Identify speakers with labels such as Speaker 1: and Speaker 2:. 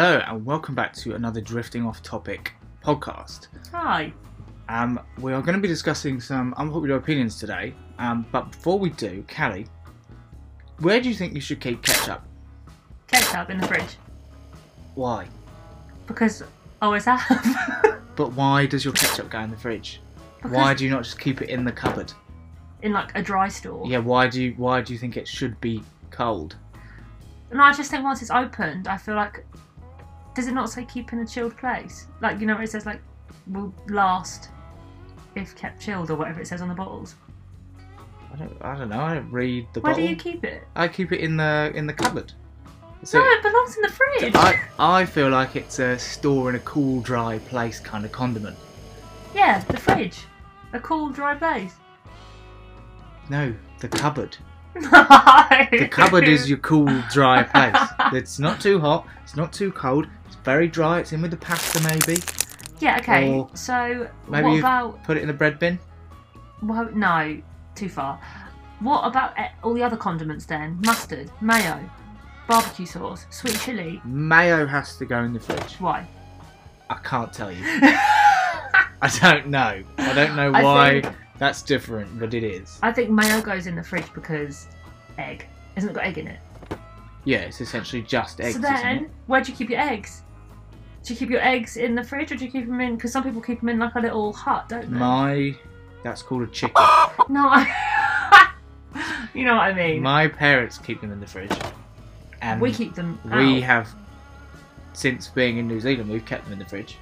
Speaker 1: welcome back to another Drifting Off Topic podcast.
Speaker 2: Hi.
Speaker 1: Um, we are going to be discussing some unpopular opinions today, um, but before we do, Callie, where do you think you should keep ketchup?
Speaker 2: Ketchup in the fridge.
Speaker 1: Why?
Speaker 2: Because I always have.
Speaker 1: But why does your ketchup go in the fridge? Why
Speaker 2: Because-
Speaker 1: do you not just keep it in the cupboard?
Speaker 2: in like a dry store.
Speaker 1: Yeah, why do you, why do you think it should be cold?
Speaker 2: And I just think once it's opened, I feel like. Does it not say keep in a chilled place? Like, you know where it says, like, will last if kept chilled or whatever it says on the bottles?
Speaker 1: I don't, I don't know. I don't read the
Speaker 2: Where
Speaker 1: bottle.
Speaker 2: do you keep it?
Speaker 1: I keep it in the in the cupboard. So
Speaker 2: no, it belongs in the fridge.
Speaker 1: I I feel like it's a store in a cool, dry place kind of condiment.
Speaker 2: Yeah, the fridge. A cool, dry place.
Speaker 1: No, the cupboard.
Speaker 2: the
Speaker 1: The cupboard is your cool, dry place. It's not too hot. It's not too cold. It's very dry. It's in with the pasta, maybe.
Speaker 2: Yeah, okay.
Speaker 1: Or
Speaker 2: so,
Speaker 1: maybe
Speaker 2: what
Speaker 1: you've-
Speaker 2: about.
Speaker 1: Put it in the bread bin.
Speaker 2: Well, no, too far. What about eh, all the other condiments then? Mustard, mayo, barbecue sauce, sweet chili.
Speaker 1: Mayo has to go in the fridge.
Speaker 2: Why?
Speaker 1: I can't tell you.
Speaker 2: I
Speaker 1: I don't know. I don't know
Speaker 2: I
Speaker 1: why
Speaker 2: think-
Speaker 1: that's different, but it is.
Speaker 2: think mayo goes in the fridge because egg. Isn't it got egg in it?
Speaker 1: Yeah, it's essentially just eggs.
Speaker 2: so
Speaker 1: isn't
Speaker 2: then,
Speaker 1: it?
Speaker 2: where do you keep your eggs? Do you keep your eggs in the fridge or do you keep them in? Because some people keep them in like a little hut, don't they?
Speaker 1: my that's called a chicken.
Speaker 2: No, I. you know what I mean.
Speaker 1: my parents keep them in the fridge, and
Speaker 2: we keep them.
Speaker 1: we
Speaker 2: out.
Speaker 1: have since being in New Zealand, we've kept them in the fridge.